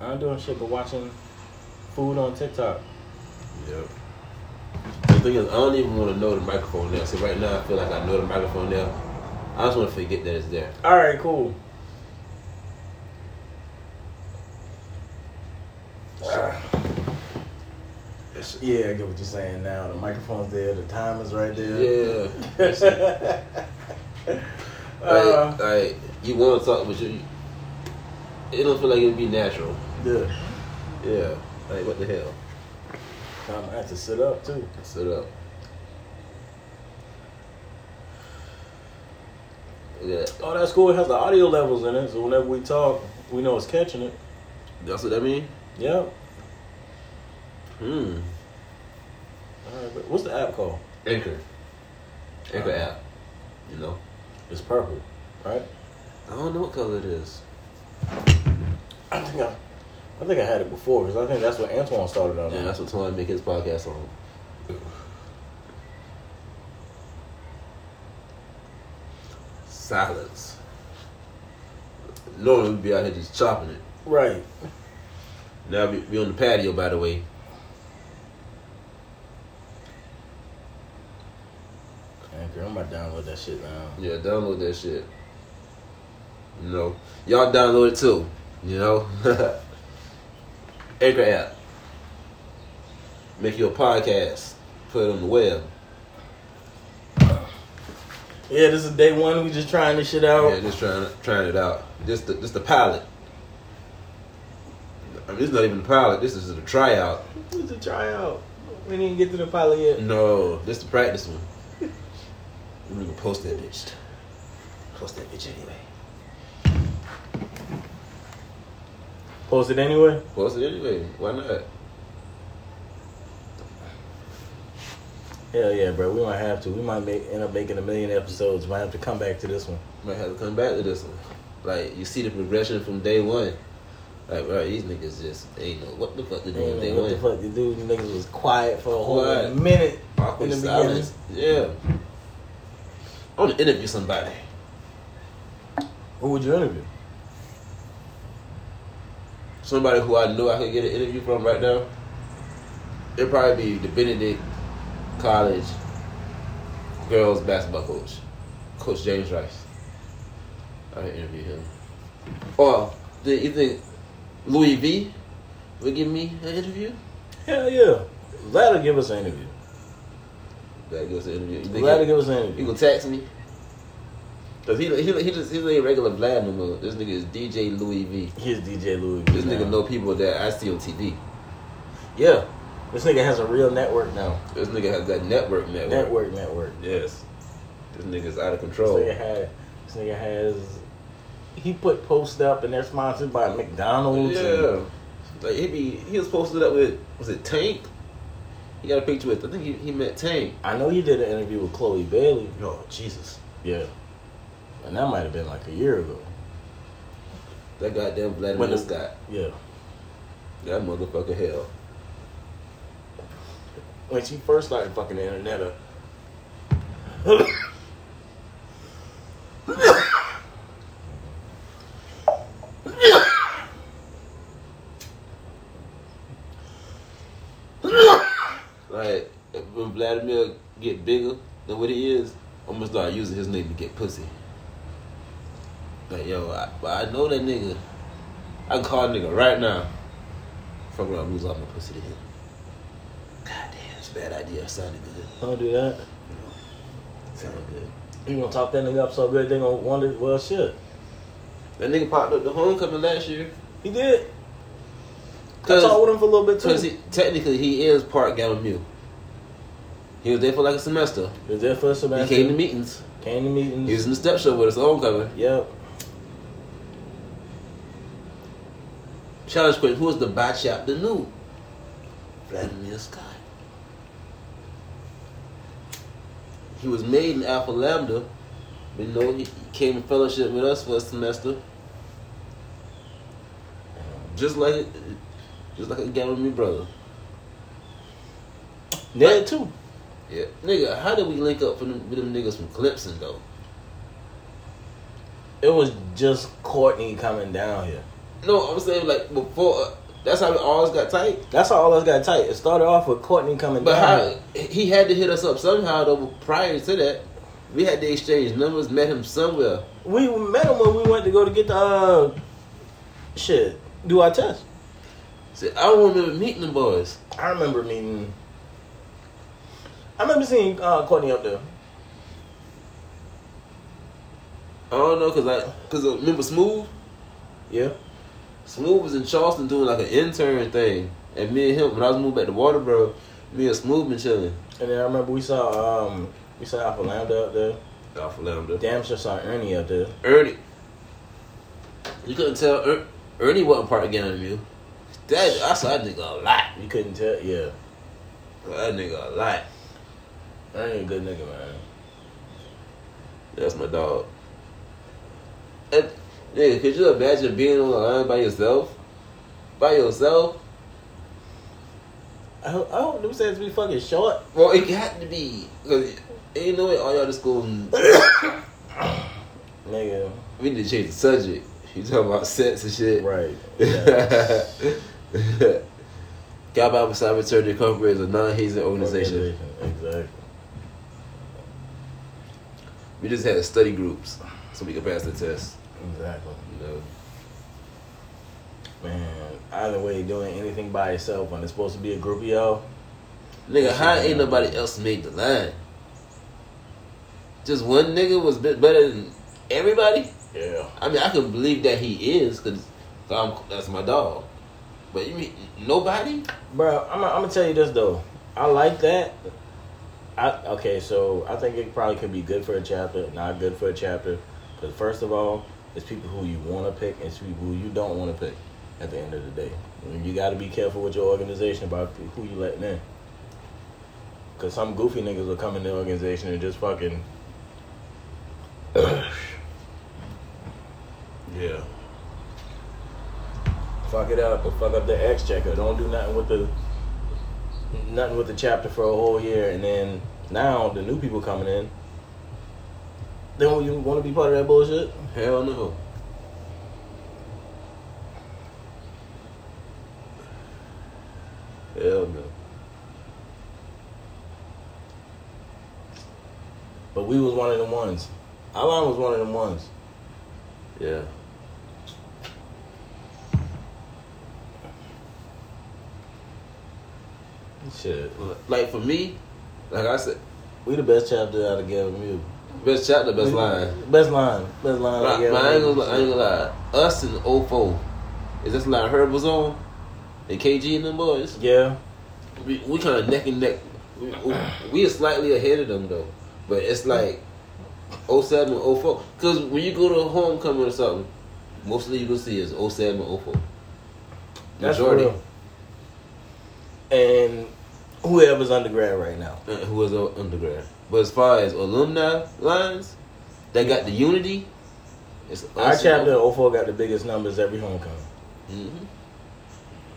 I ain't doing shit but watching food on TikTok. Yep. The thing is, I don't even want to know the microphone now. See, right now I feel like I know the microphone now. I just want to forget that it's there. All right, cool. It's- Yeah, I get what you're saying now. The microphone's there, the timer's right there. yeah. uh, Like, like you want to talk, but you, it don't feel like it'd be natural. yeah. Yeah. Like what the hell? I'm gonna have to sit up too. Sit up. Yeah, Oh, that's cool. It has the audio levels in it, so whenever we talk, we know it's catching it. that's what that mean. Yep. Hmm. All right, but what's the app called? Anchor. Anchor Uh, app. You know. It's purple, right? I don't know what color it is. I think I, I think I had it before because I think that's what Antoine started on. Yeah, that's what Twan make his podcast on. Silence. Normally we'd be out here just chopping it. Right. Now we, we on the patio, by the way. Anchor. I'm about to download that shit now. Yeah, download that shit. You know, y'all download it too. You know, Anchor app. Make your podcast. Put it on the web. Yeah, this is day one. We just trying this shit out. Yeah, just trying trying it out. Just the, just the pilot. I mean, it's not even the pilot. This is the tryout. It's a tryout. We didn't get to the pilot yet. No, this the practice one. We can post that bitch. Post that bitch anyway. Post it anyway. Post it anyway. Why not? Hell yeah, bro. We might have to. We might make, end up making a million episodes. Might have to come back to this one. Might have to come back to this one. Like you see the progression from day one. Like bro, these niggas just ain't know what the fuck to do on day Damn, what the one. fuck you do? You niggas was quiet for a whole Quiet. minute. Awkward In the silence. Yeah. I want to interview somebody. Who would you interview? Somebody who I knew I could get an interview from right now. It'd probably be the Benedict College girls basketball coach, Coach James Rice. I would interview him. Or the, you think Louis V would give me an interview? Hell yeah. That'll give us an interview. That goes to interview. You think That'll he- give us an You interview. gonna tax me? Cause he he he just he ain't regular Vlad no more. This nigga is DJ Louis V. Here's DJ Louis. This now. nigga know people that I see on TV. Yeah. This nigga has a real network now. This nigga has that network network. Network, network. Yes. This nigga's out of This control. nigga, had, this nigga has. He put posts up and they're sponsored by McDonald's. Yeah. Like he be he was posted up with was it Tank? He got a picture with I think he, he met Tank. I know you did an interview with Chloe Bailey. Oh Jesus. Yeah. And that might have been like a year ago. That goddamn When Vladimir the- Scott. Yeah. That motherfucker hell. When she first started fucking the internet up. Like when Vladimir get bigger than what he is, I'm gonna start using his name to get pussy. Like yo, I, but I know that nigga. I can call a nigga right now. Fuck around, lose all my pussy to him. God damn, it's a bad idea. It sounded good. Don't do that. Sounded good. You gonna talk that nigga up so good they gonna wonder, well, shit. That nigga popped up the homecoming last year. He did. I Cause, talked with him for a little bit too. 'cause he, technically he is part Gamma He was there for like a semester. was there for a He semester. came to meetings. Came to meetings. He was in the step show with us at homecoming. yep. Challenge question: Who is the bad chap? The new Vladimir Scott. He was made in Alpha Lambda, but you know he he came in fellowship with us for a semester. Just like, just like a guy with me, brother. Ned too. Yeah, nigga, how did we link up for them, with them niggas from Clemson though? It was just Courtney coming down here. No, I'm saying like before. Uh, that's how it always got tight. That's how all us got tight. It started off with Courtney coming But down. how he had to hit us up somehow though. but Prior to that, we had to exchange numbers, met him somewhere. We met him when we went to go to get the uh, shit. Do our test. Said, I don't remember meeting the boys. I remember meeting. I remember seeing uh, Courtney up there. I don't know because I because remember Smooth. Yeah. Smooth was in Charleston doing like an intern thing, and me and him when I was moved back to Waterboro, me and Smooth been chilling. And then I remember we saw um we saw Alpha Lambda up there. Alpha Lambda. Damn sure saw Ernie up there. Ernie. You couldn't tell er- Ernie wasn't part of Gang Mu. That I saw that nigga a lot. You couldn't tell. Yeah. That nigga a lot. Ernie a good nigga man. That's my dog. And, nigga, could you imagine being on the line by yourself? By yourself? I hope, I hope them sets be fucking short. Well, it had to be because ain't no way all y'all just going. Nigga. We need to change the subject. You talking about sex and shit? Right. Yeah. Guy Bible Cyber Recovery is a non-hazing organization. Exactly. We just had study groups so we could pass the test. Exactly. You know, Man, either way, doing anything by yourself when it's supposed to be a group of y'all. nigga, how ain't nobody else made the line? Just one nigga was bit better than everybody. Yeah. I mean, I can believe that he is because that's my dog. But you mean nobody? Bro, I'm, I'm gonna tell you this though. I like that. I okay, so I think it probably could be good for a chapter, not good for a chapter, because first of all, it's people who you want to pick and it's people who you don't want to pick. At the end of the day, and you got to be careful with your organization about who you letting in, because some goofy niggas will come in the organization and just fucking. yeah. Fuck it up or fuck up the exchequer. Don't do nothing with the nothing with the chapter for a whole year, and then now the new people coming in. Then you want to be part of that bullshit? Hell no. Hell no. But we was one of the ones. Alon was one of the ones. Yeah. Shit, Like for me, like I said, we the best chapter out of Gavin Mew. best chapter, best We- line. Best line. Best line. But out I, of but I ain't Gavin gonna, Mew. I ain't gonna lie. Us and 04 is this line Herb was on, and KG and them boys. Yeah. We, we kind of neck and neck. We, we, we are slightly ahead of them though, but it's like 07 and 04. Cause when you go to a homecoming or something, mostly you gonna see is 07 and 04. That's Majority. real. And whoever's undergrad right now. uh, who was an undergrad. But as far as alumni lines, they got the unity. It's Our us chapter 04 got the biggest numbers every homecoming. Mhm.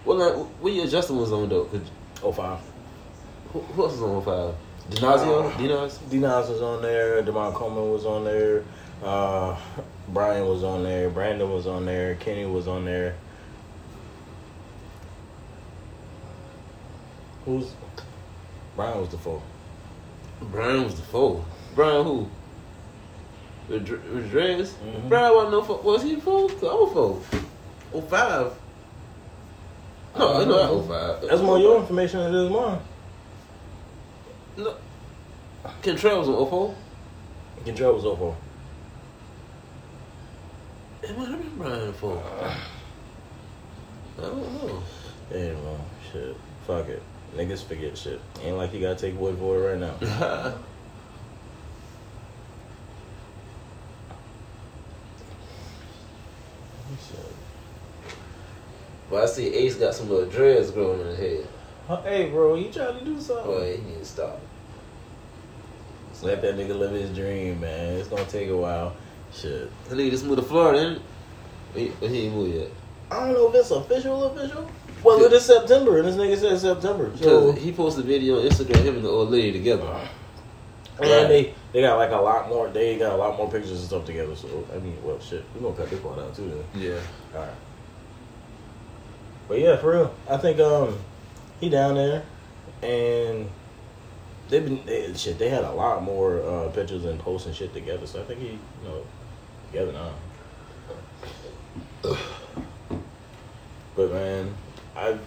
Well, like, what year Justin was on though? 'Cause 05. Who, who else was on five? Denazio, Dinos. Dinos was on there. Demar Coleman was on there. Uh, Brian was on there. Brandon was on there. Kenny was on there. Who's Brian was the four. Brian was the fool. Brian who? Rodri- Rodriguez. Mhm. Brian wasn't no fool. Was he a fool? 'Cause I'm a fool. Oh five. No, I know that oh five. That's more your information than it is mine. No. Contreras was on oh four. Control was 04. It might have been Brian fool. I don't know. Hey man, shit. Fuck it. Niggas forget shit. Ain't like you gotta take Void Void right now. Shit. But I see Ace got some little dreads growing in his head. Hey bro, you trying to do something? Boy, he need to stop. Let that nigga live his dream, man. It's gonna take a while. Shit. That nigga just moved to Florida, ain't he? He ain't moved yet. I don't know if it's official, official. Well, it is September, and this nigga said September. So, Because he posted a video on Instagram, him and the old lady together. and they they got like a lot more. They got a lot more pictures and stuff together. So I mean, well, shit, we gonna cut this part out too. Then Yeah. all right. But yeah, for real, I think um he down there, and they've been they, shit. They had a lot more uh, pictures and posts and shit together. So I think he, you know, together now. But man, I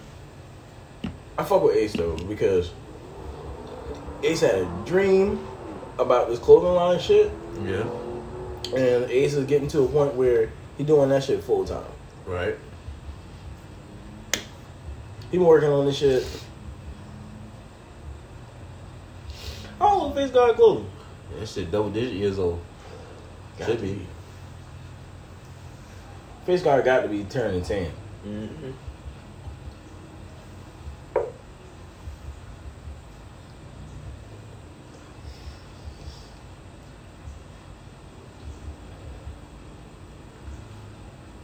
I fuck with Ace though because Ace had a dream about this clothing line shit, Yeah. and Ace is getting to a point where he doing that shit full time. Right. He been working on this shit. I don't know if Ace got clothing. That shit double digit years old. Got Should to be. Face guard got to be turning ten. Mm-hmm.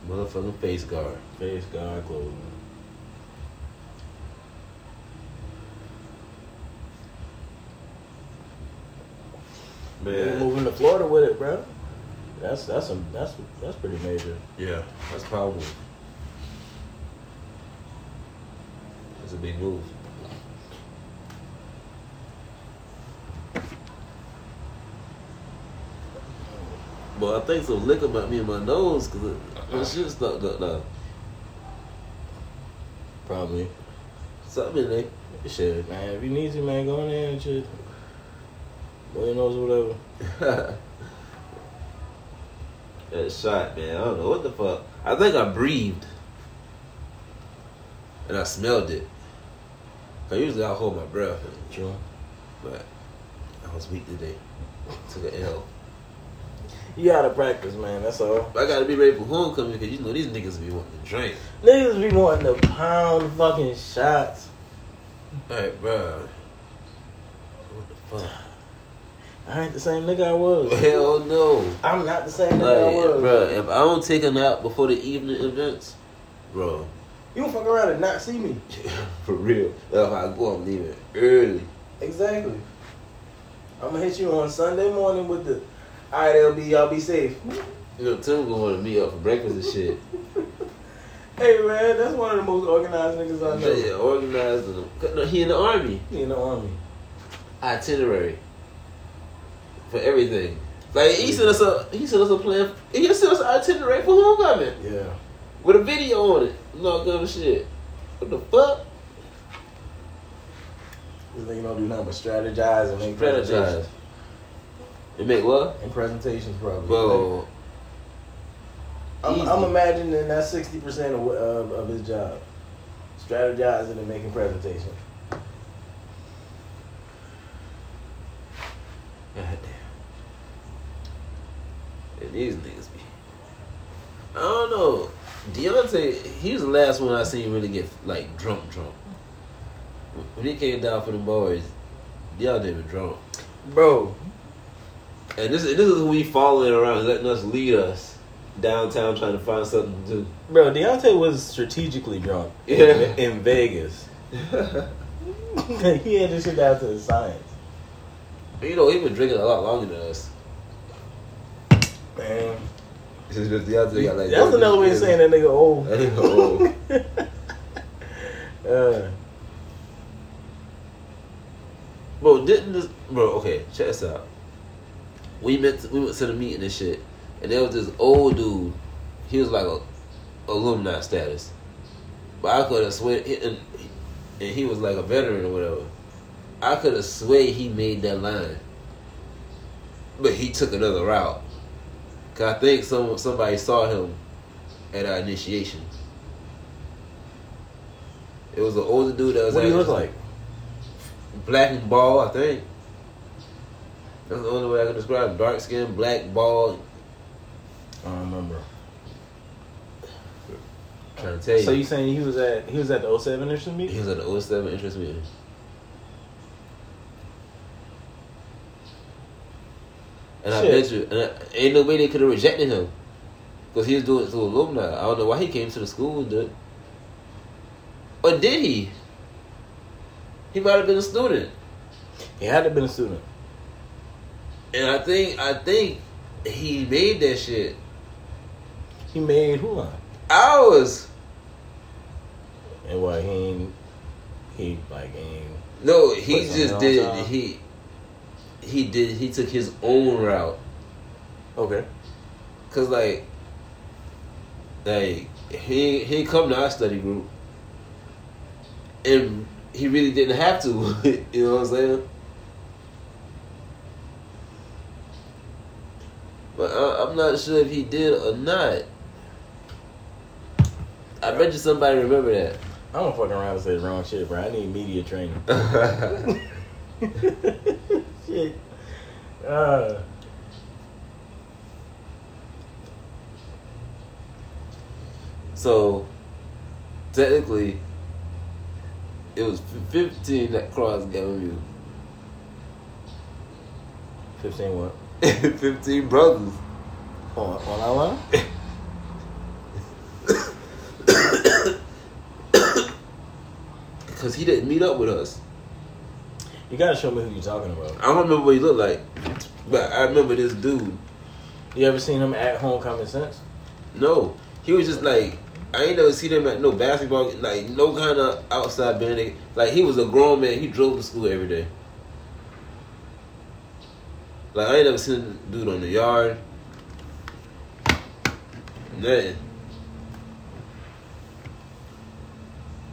Motherfucking face guard. Face guard clothing. We're Man. moving to Florida with it, bro. That's that's a that's that's pretty major. Yeah. That's probably. That's a big move. But I think some liquor about me in my nose because my shit stuck up now. Probably. Something in there. Shit, man. If you need to, man, go in there and shit. Boy, your nose, whatever. that shot, man. I don't know what the fuck. I think I breathed, and I smelled it. I usually I hold my breath, True. but I was weak today. Took an L. You gotta practice, man. That's all. But I gotta be ready for homecoming because you know these niggas be wanting to drink. Niggas be wanting to pound fucking shots. Like, bruh. What the I ain't the same nigga I was. fuck? Hell no. I'm not the same Like, nigga I was. bruh, if I don't take a nap before the evening events, bro, You don't fuck around and not see me. for real. If I go, I'm leaving early. Exactly. I'm gonna hit you on Sunday morning with the. All right, LB, y'all be safe. You know, Tim gonna want to meet up for breakfast and shit. Hey man, that's one of the most organized niggas I know. Yeah, organized. and- No, he in the army. He in the army. Itinerary for everything. Like he sent us a he sent us a plan. He sent us an itinerary for homecoming Yeah. with a video on it. No good shit. What the fuck? This nigga don't do nothing but strategize and make Strategize. presentations. It make what? And presentations probably. Bro, I'm, easy. I'm imagining that's sixty percent of, of of his job, strategizing and making presentations. goddamn. And these niggas be. I don't know. Deontay, he was the last one I seen really get like drunk, drunk. When he came down for the boys, Deontay was drunk. Bro, And this, this is we following around, letting us lead us downtown, trying to find something to do. bro, Deontay was strategically drunk. Yeah. In, in Vegas, he had this shit down to the science. you know, he been drinking a lot longer than us. Man, It's just Deontay got, like, that's another way of saying that nigga old. That nigga old. uh, Bro, didn't this bro? Okay, check this out. We met. we went to the meeting and shit, and there was this old dude. He was like a alumni status, but I could have swear, he- and, and he was like a veteran or whatever. I could have swear he made that line, but he took another route. Cause I think some somebody saw him at our initiation. It was an older dude that was. what do you at- look like? black and bald, I think. That's the only way I can describe him. Dark skin, black, bald. I don't remember. trying to tell you. So you saying he was at he was at the 07 Nation he meeting? was at the 07 interest meeting. And I Shit. bet you, and I, ain't no way they could have rejected him. Because he was doing it to alumni. I don't know why he came to the school, dude. Or did he? He might have been a student. He had to been a student. And I think, I think he made that shit He made who line? hours. And why he ain't he like ain't No, he Put just something did. on top. He he did. He took his own route. okay. Cause like, like he he come to our study group, and he really didn't have to. you know what I'm saying? But I, I'm not sure if he did or not. I bet you somebody remember I don't fucking around and say the wrong shit, bro. I need media training. that. shit. Uh, so technically, it was 15 that Cross gave you. fifteen what? 15 brothers. On on our line? Cause he didn't meet up with us. You gotta show me who you're talking about. I don't remember what he looked like, but I remember this dude. You ever seen him at homecoming since? No, he was just like I ain't never seen him at no basketball, like no kind of outside band. Like he was a grown man. He drove to school every day. Like I ain't never seen the dude on the yard. Nothing.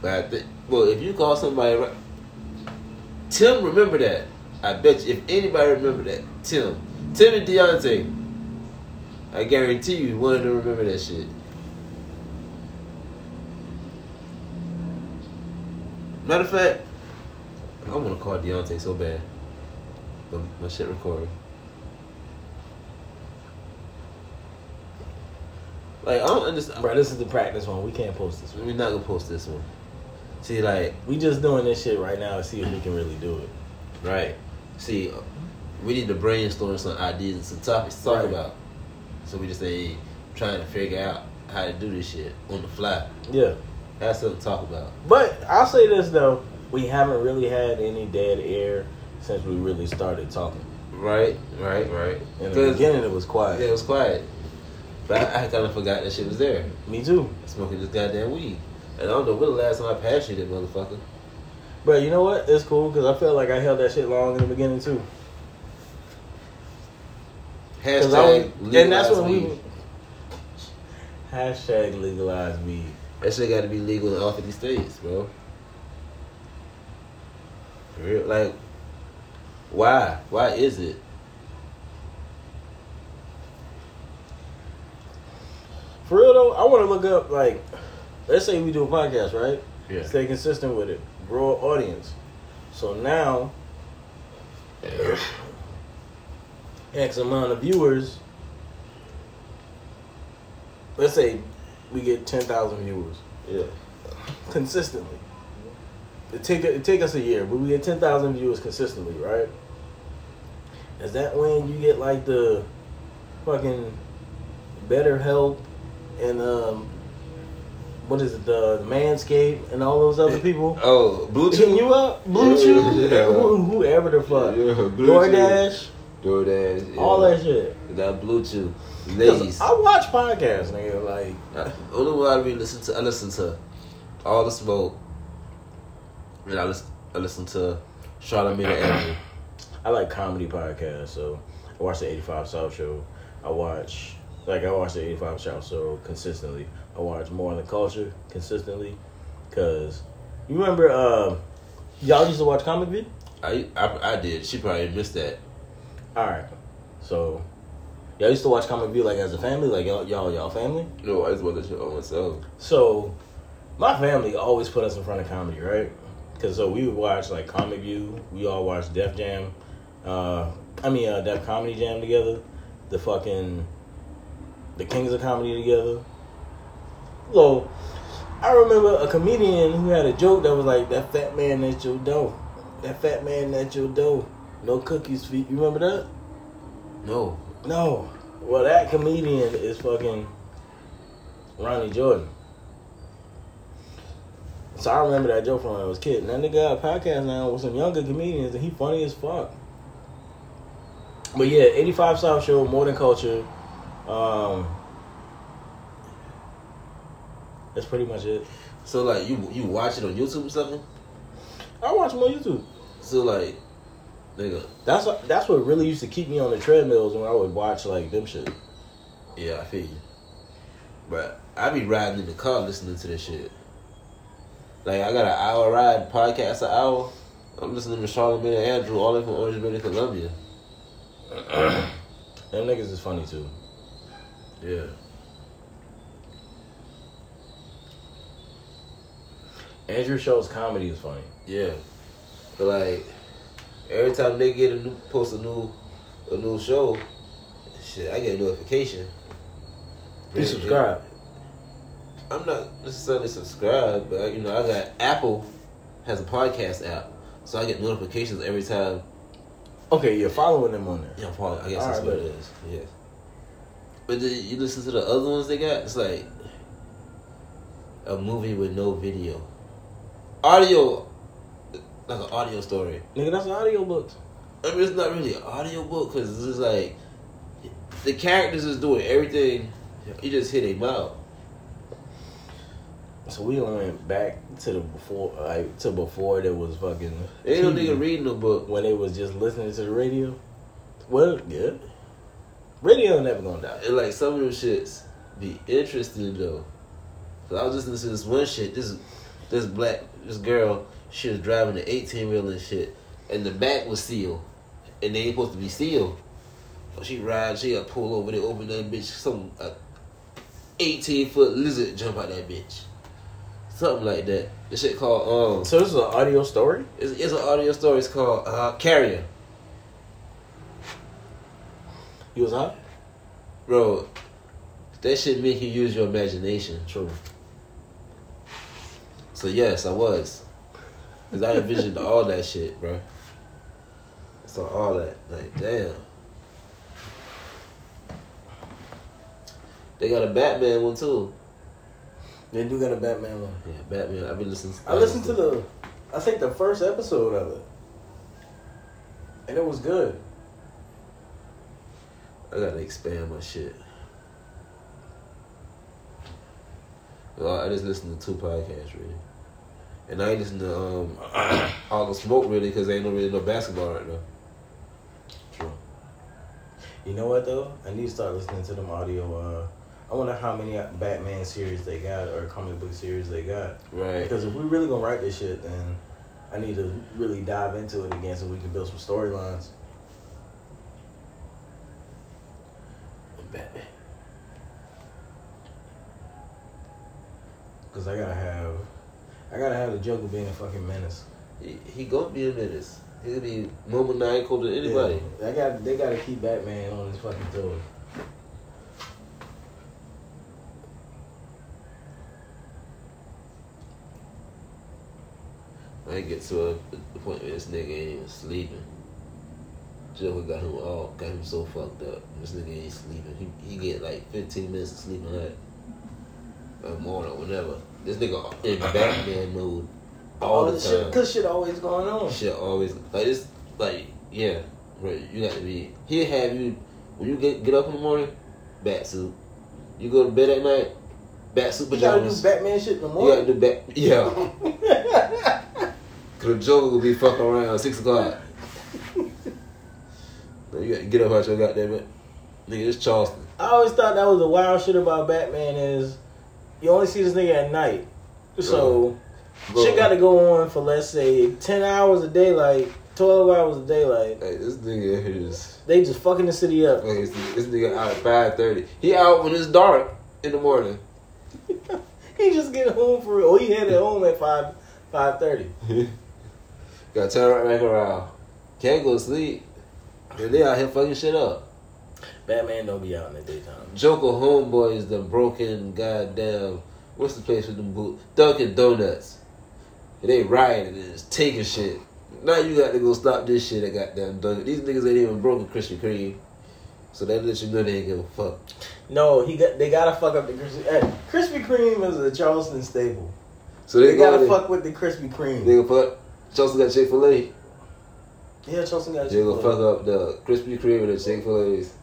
But I think, well, if you call somebody, right, Tim, remember that. I bet you, if anybody remember that, Tim, Tim and Deontay. I guarantee you, one of them remember that shit. Matter of fact, I want to call Deontay so bad, but my shit recording. Like I don't understand. Bro, this is the practice one. We can't post this one. We're not gonna post this one. See, like, We just doing this shit right now to see if we can really do it. right. See, uh, we need to brainstorm some ideas and some topics to talk Right. about. So we just ain't trying to figure out how to do this shit on the fly. Yeah. Have something to talk about. But I'll say this though, we haven't really had any dead air since we really started talking. Right, right, right. In the Because- beginning, it was yeah, quiet. it was quiet. But I, I kind of forgot that shit was there. Me too. Smoking this goddamn weed. And I don't know when the last time I passed you that motherfucker. But you know what? It's cool because I felt like I held that shit long in the beginning too. 'Cause I was- Hashtag and that's when legalize we. weed. Hashtag legalize weed. That shit got to be legal in all 50 states, bro. For real, like, why? Why is it? For real though, I want to look up like, let's say we do a podcast, right? Yeah. Stay consistent with it. Grow an audience. So now, X amount of viewers. Let's say we get ten thousand viewers Yeah. consistently. It take it take us a year, but we get ten thousand viewers consistently, right? Is that when you get like the fucking better help and um what is it the, the Manscaped and all those other people Oh, Blue hitting you up, Blue Yeah, Chew, yeah. Who- whoever the fuck, Yeah, Blue DoorDash, DoorDash. yeah. all that shit. That Blue Chew. 'Cause Ladies. I watch podcasts, nigga. Like Uh, only one I really listen to, I listen to All the Smoke, and I listen, I listen to Charlamagne the Enemy. I like comedy podcasts, so I watch the 85 South Show. I watch, like, I watch the 85 South Show consistently. I watch More on the Culture consistently. Because, you remember, uh, y'all used to watch Comic Vid? I, I I did. She probably missed that. Alright. So, y'all used to watch Comic Vid, like, as a family? Like, y'all, y'all, y'all family? No, I just want to shit on myself. So, my family always put us in front of comedy, right? Because so we would watch like Comic View. We all watched Def Jam. Uh, I mean, uh, Def Comedy Jam together. The fucking the Kings of Comedy together. So, I remember a comedian who had a joke that was like, "That fat man at your dough. That fat man at your dough. No cookies for you." You remember that? No. No. Well, that comedian is fucking Ronnie Jordan. So I remember that joke from when I was a kid. And that nigga got a podcast now with some younger comedians, and he funny as fuck. But yeah, 85 South Show, More Than Culture. Um, that's pretty much it. So like you you watch it on YouTube or something. I watch them on YouTube. So like, nigga, That's what, that's what really used to keep me on the treadmills when I would watch like them shit. yeah, I feel you. But I be riding in the car listening to this shit. Like I got an hour ride, podcast an hour. I'm listening to Charlamagne and Andrew, all in from Orange County, Columbia. Them niggas is funny too. Yeah. Andrew Schultz comedy is funny. Yeah, but like every time they get a new post a new a new show, shit, I get a notification. You Yeah, subscribe. yeah. I'm not necessarily subscribed, but you know I got Apple has a podcast app, so I get notifications every time. Okay, you're following them on there. Yeah, probably, I guess that's Alright, what but- it is. Yeah. But then you listen to the other ones they got. It's like a movie with no video, audio, like an audio story. Nigga, that's audio books. I mean, it's not really an audio book because it's just like the characters is doing everything. You just hit a mouth. So we done went back to the before, like to before there was fucking. Ain't no TV, nigga reading no book. when they was just listening to the radio. Well, yeah, radio never gonna die. And like some of them shits be interesting though. Cause I was listening to this one shit. This this black this girl she was driving an eighteen wheel and shit, and the back was sealed, and they ain't supposed to be sealed. But she ride, she got pulled over. They opened that bitch. Some a eighteen foot lizard jump out that bitch. Something like that. This shit called um. So this is an audio story. It's, it's an audio story. It's called uh, Carrier. You was hot. Bro, that shit make you use your imagination. True. So yes, I was. Cause I envisioned all that shit, bro. So all that, like, damn. They got a Batman one too. They do got a Batman one. Yeah, Batman. I've been listening. I listened to the, I think the first episode of it, and it was good. I gotta expand my shit. Well, I just listened to two podcasts really, and I ain't listened to um all the smoke really because ain't no really no basketball right now. True. You know what though? I need to start listening to them audio. Uh, I wonder how many Batman series they got or comic book series they got. Right. Because if we really gonna write this shit, then I need to really dive into it again so we can build some storylines. Batman. Cause I gotta have, I gotta have the Joker being a fucking menace. He, he gonna be a menace. He gonna be more maniacal than anybody. Yeah, I got they gotta keep Batman on his fucking toes. I ain't get to a, the point where this nigga ain't even sleeping. Joker got him all got him so fucked up. This nigga ain't sleeping. He he get like fifteen minutes of sleep a night. Or more or whatever. This nigga in Batman mode all the this time. shit, cause shit always going on. Shit always like it's like yeah, right. You got to be. He'll have you when you get get up in the morning, bat suit. You go to bed at night, bat suit You gotta do pajamas. Batman shit in the You gotta morning. do bat. Yeah. Cause the Joker will be fucking around six o'clock. Now you gotta get up out your goddamn it, nigga. It's Charleston. I always thought that was the wild shit about Batman is you only see this nigga at night. So Bro, shit gotta go on for let's say ten hours a day, like twelve hours a day, like Like, this nigga is. they just fucking the city up. Like, this, this nigga out at five thirty. He out when it's dark in the morning. He just get home for real. He headed home at five five thirty. Gotta turn right back around. Can't go to sleep. And they out here fucking shit up. Batman don't be out in the daytime. Joker homeboy is the broken goddamn. What's the place with them boot? Dunkin' Donuts. And they rioting and it's taking shit. Now you got to go stop this shit at goddamn Dunkin'. These niggas ain't even broken Krispy Kreme. So that lets you know they ain't give a fuck. No, he got they gotta fuck up the Krispy hey, Krispy Kreme is a Charleston staple. So They they, gotta go fuck with the Krispy there, Kreme. They gonna fuck. Chelsea got Chick fil A. yeah, Charleston got They gonna fuck up the Krispy Kreme and the Chick fil A's.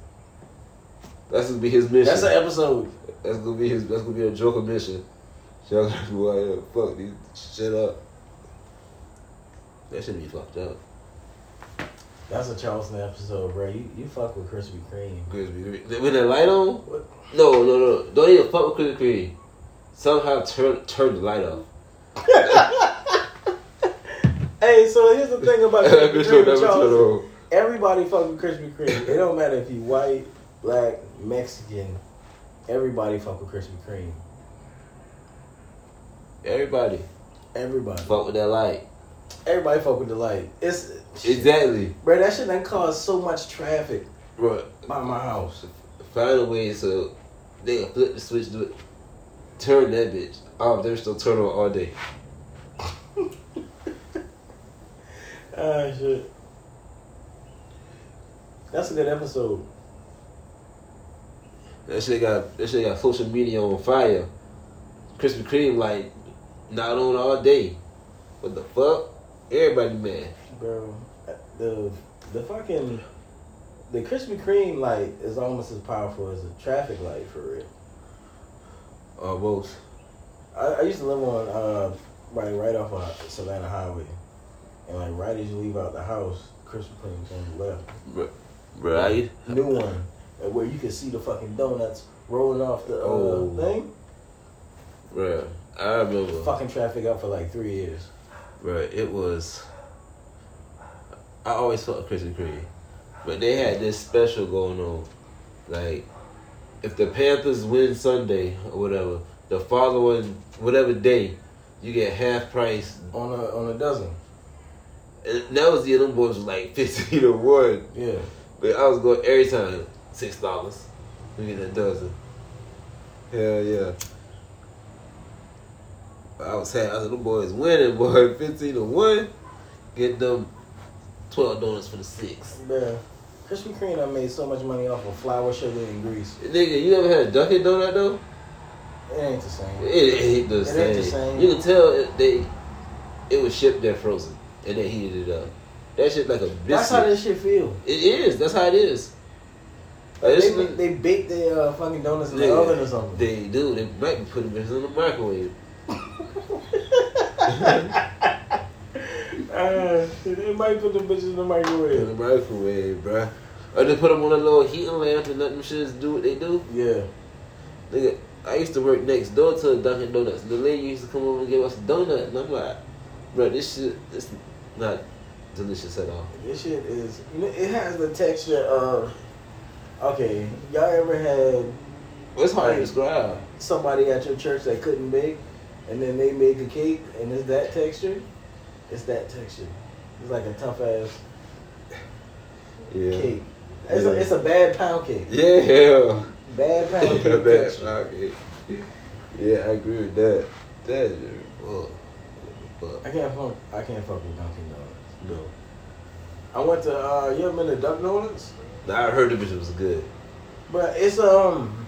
That's gonna be his mission. That's an episode. That's gonna be his. That's gonna be a Joker mission. So y'all gotta go out here and fuck these shit up. That should be fucked up. That's a Charleston episode, bro. You you fuck with Krispy Kreme. Krispy Kreme. With the light on? What? No, no, no. Don't even fuck with Krispy Kreme. Somehow turn turn the light off. Hey, so here's the thing about That Krispy bitch will Kreme never in turn Charleston. on. Everybody fuck with Krispy Kreme. It don't matter if you white, black, Mexican. Everybody fuck with Krispy Kreme. Everybody Everybody. fuck with that light. Everybody fuck with the light. It's Exactly. bro. That shit done caused so much traffic Bro, by my house. find a way so they can flip the switch, do it. Turn that bitch. Oh, they're still turn on all day. Ah shit. That's a good episode. That shit got that shit got social media on fire. Krispy Kreme like not on all day. What the fuck? Everybody mad. Bro, the the fucking the Krispy Kreme light is almost as powerful as a traffic light for real. Almost. I, I used to live on uh right right off of Savannah Highway, and like right as you leave out the house, Krispy Kreme's on the left, Right? new one, and where you can see the fucking donuts rolling off the uh, Oh. thing. Bruh. I remember. Fucking traffic up for like three years. Bruh, it was I always felt Krispy Kreme. But they had this special going on. Like if the Panthers win Sunday or whatever, the following whatever day, you get half price On a on a dozen, And that was the them boys was like fifteen to one. yeah. But I was going every time six dollars. We get a dozen. Hell yeah. I was happy. I said them boys winning, boy, fifteen to one. Get them twelve donuts for the six. Bruh, Krispy Kreme done made so much money off of flour, sugar, and grease. Nigga, you ever had a Dunkin' donut though? It ain't the same. It ain't the, It same. ain't the same. You can tell it, they it was shipped there frozen and they heated it up. That shit like a biscuit. That's how this shit feel. it is. That's how it is. Like This they, nigga- they bake their uh, fucking donuts in the Nigga, oven or something. They do. They might be putting bitches in the microwave. Uh, they might put the bitches in the In microwave. the microwave, bruh. Or they put them on a little heating lamp and let them shits do what they do. Yeah. Nigga, I used to work next door to a Dunkin' Donuts. The lady used to come over and give us a donut, and I'm like, bruh, this shit is not delicious at all. This shit is. you know, It has the texture of. Okay, y'all ever had It's hard to describe. somebody at your church that couldn't bake, and then they make a cake, and it's that texture? It's that texture. It's like a tough ass cake. It's, a, Yeah. it's a bad pound cake. Yeah. Bad pound Yeah, cake. bad texture. pocket. Yeah, I agree with that. That is uh, ugh. What the I fuck? can't fuck. I can't fuck with Dunkin' Donuts. No. I went to. Uh, you ever been to Dunkin' Donuts? Nah, I heard the bitch was good. But it's um.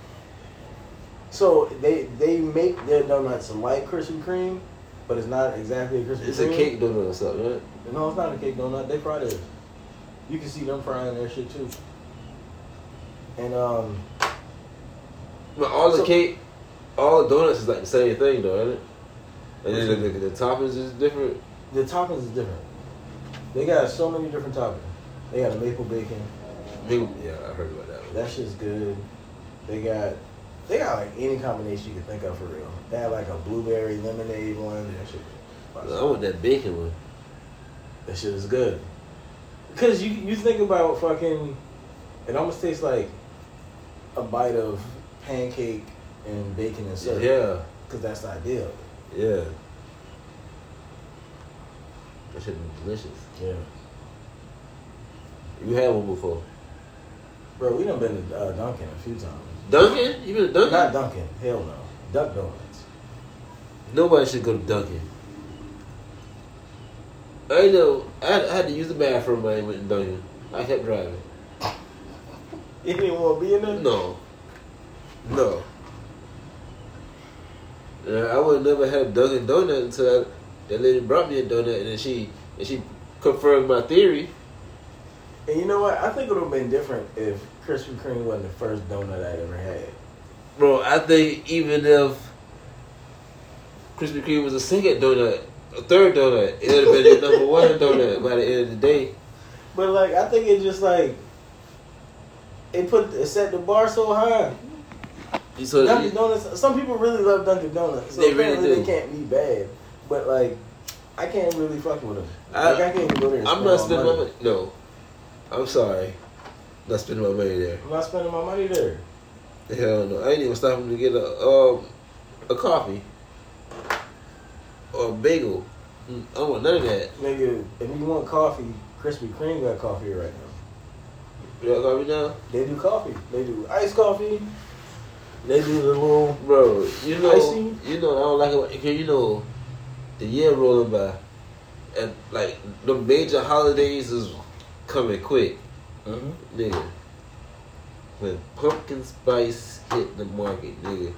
So they they make their donuts like Krispy Kreme, but it's not exactly a Krispy It's Kreme. a cake donut or something, right? No, it's not a cake donut. They fry theirs. You can see them frying their shit too. And um, But all the So- cake, all the donuts is like the same thing, though, isn't it? And then the, the, the toppings is different. the toppings is different. They got so many different toppings. They got maple bacon. Maybe- yeah, I heard about that. One. That shit's good. They got they got like any combination you can think of for real. They had like a blueberry lemonade one. That shit. was- I want that bacon one. That shit is good. Cause you you think about fucking, it almost tastes like a bite of pancake and bacon and syrup. yeah, Cause that's the idea. of it. yeah. That shit be delicious. Yeah. You had one before. Bro, we done been to uh, Dunkin' a few times. Dunkin'? You been to Dunkin'? Not Dunkin'. Hell no. Duck Donuts. Nobody should go to Dunkin'. I know. I had, I had to use the bathroom when I went to Dunkin'. I kept driving. You didn't want to be in there. No. No. Yeah, I would never have Dunkin' Donut until I, that lady brought me a donut and then she and she confirmed my theory. And you know what? I think it would have been different if Krispy Kreme wasn't the first donut I ever had. Bro, I think even if Krispy Kreme was a second donut, a third donut, it would have been the number one donut by the end of the day. But like, I think it just like it put it set the bar so high. You saw that- Dunkin' Donuts. Some people really love Dunkin' Donuts, so They really apparently do. they can't be bad. But like, I can't really fuck with them. I- like, I can't even go there. And I'm not spend spending my my money. No, I'm sorry, not spending my money there. I'm not spending my money there. Hell no, I ain't even stopping to get a um, a coffee or a bagel. Mm, I don't want none of that. Nigga, if you want coffee, Krispy Kreme got coffee right now. You know what I mean now, They do coffee. They do iced coffee. They do the little bro? You know, Icy? you know, I don't like it. when- 'cause You know, the year rolling by, and like the major holidays is coming quick. Mm-hmm. nigga. When pumpkin spice hit the market, nigga,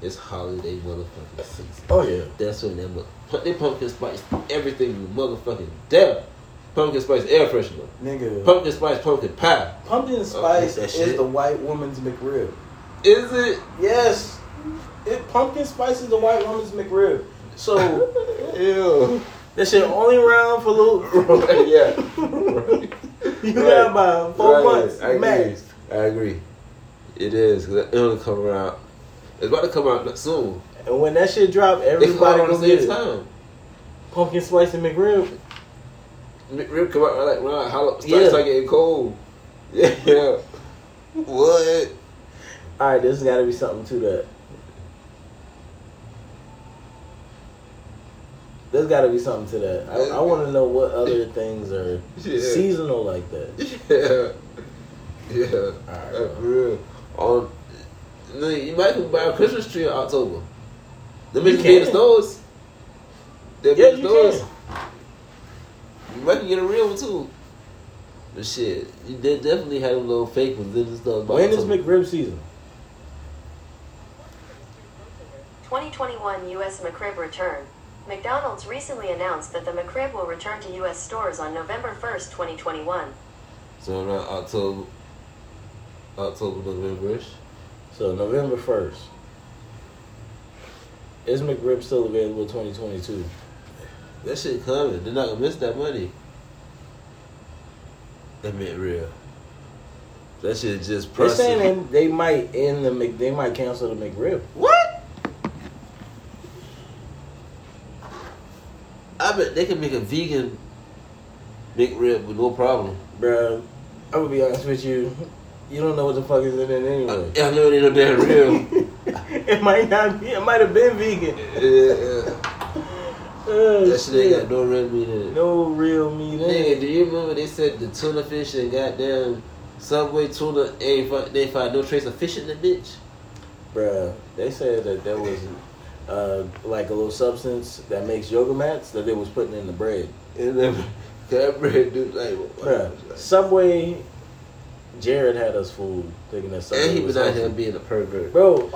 it's holiday motherfucking season. Oh yeah. That's when that mother- they pumpkin spice everything you motherfucking death. Pumpkin spice air freshener. nigga. Pumpkin spice pumpkin pie. Pumpkin spice that is shit. the white woman's McRib. Is it? Yes, it, pumpkin spice is the white woman's McRib. So Ew. This shit only round for little. Right, yeah. you got about four Right, months I agree. max. I agree. It is. 'cause It'll come around. It's about to come out soon. And when that shit drop, They come out everybody around gonna the get same it. time. pumpkin spice and McRib. Rib come out like when I holla, start, Yeah. start getting cold. Yeah. what? All right, there's got to be something to that. There's got to be something to that. I, I want to know what other things are Yeah. seasonal like that. Yeah. Yeah. Alright, Uh, bro. for real. On, Um, no, you might can buy a Christmas tree in October. The bitches be in the can. stores. They be Yeah, in the you stores. You might can get a real one too. But shit, you did definitely had them little fake ones in the stores. by When is October. McRib season? 2021 U.S. McRib return. McDonald's recently announced that the McRib will return to U.S. stores on November 1st, 2021. So around October, October, November-ish. So November first. Is McRib still available? Twenty twenty two. That shit coming. They're not gonna miss that money. That meant real. That shit just They're pressing. saying they, they might end the Mc, they might cancel the McRib. What? I bet they can make a vegan McRib with no problem. Bruh, I'm gonna be honest with you. You don't know what the fuck is in it I, anyway. I know it ain't no damn real. it might not be. It might have been vegan. yeah, Oh, that shit ain't shit. got no real meat in it. No real meat in Nigga, it. do you remember they said the tuna fish and goddamn Subway tuna ain't fi- they find no trace of fish in the bitch? Bruh, they said that there was uh, like a little substance that makes yoga mats that they was putting in the bread. And then that bread dude like, Bruh, Subway, Jared had us fooled thinking that Subway and he was was out healthy. here being a pervert. Bro,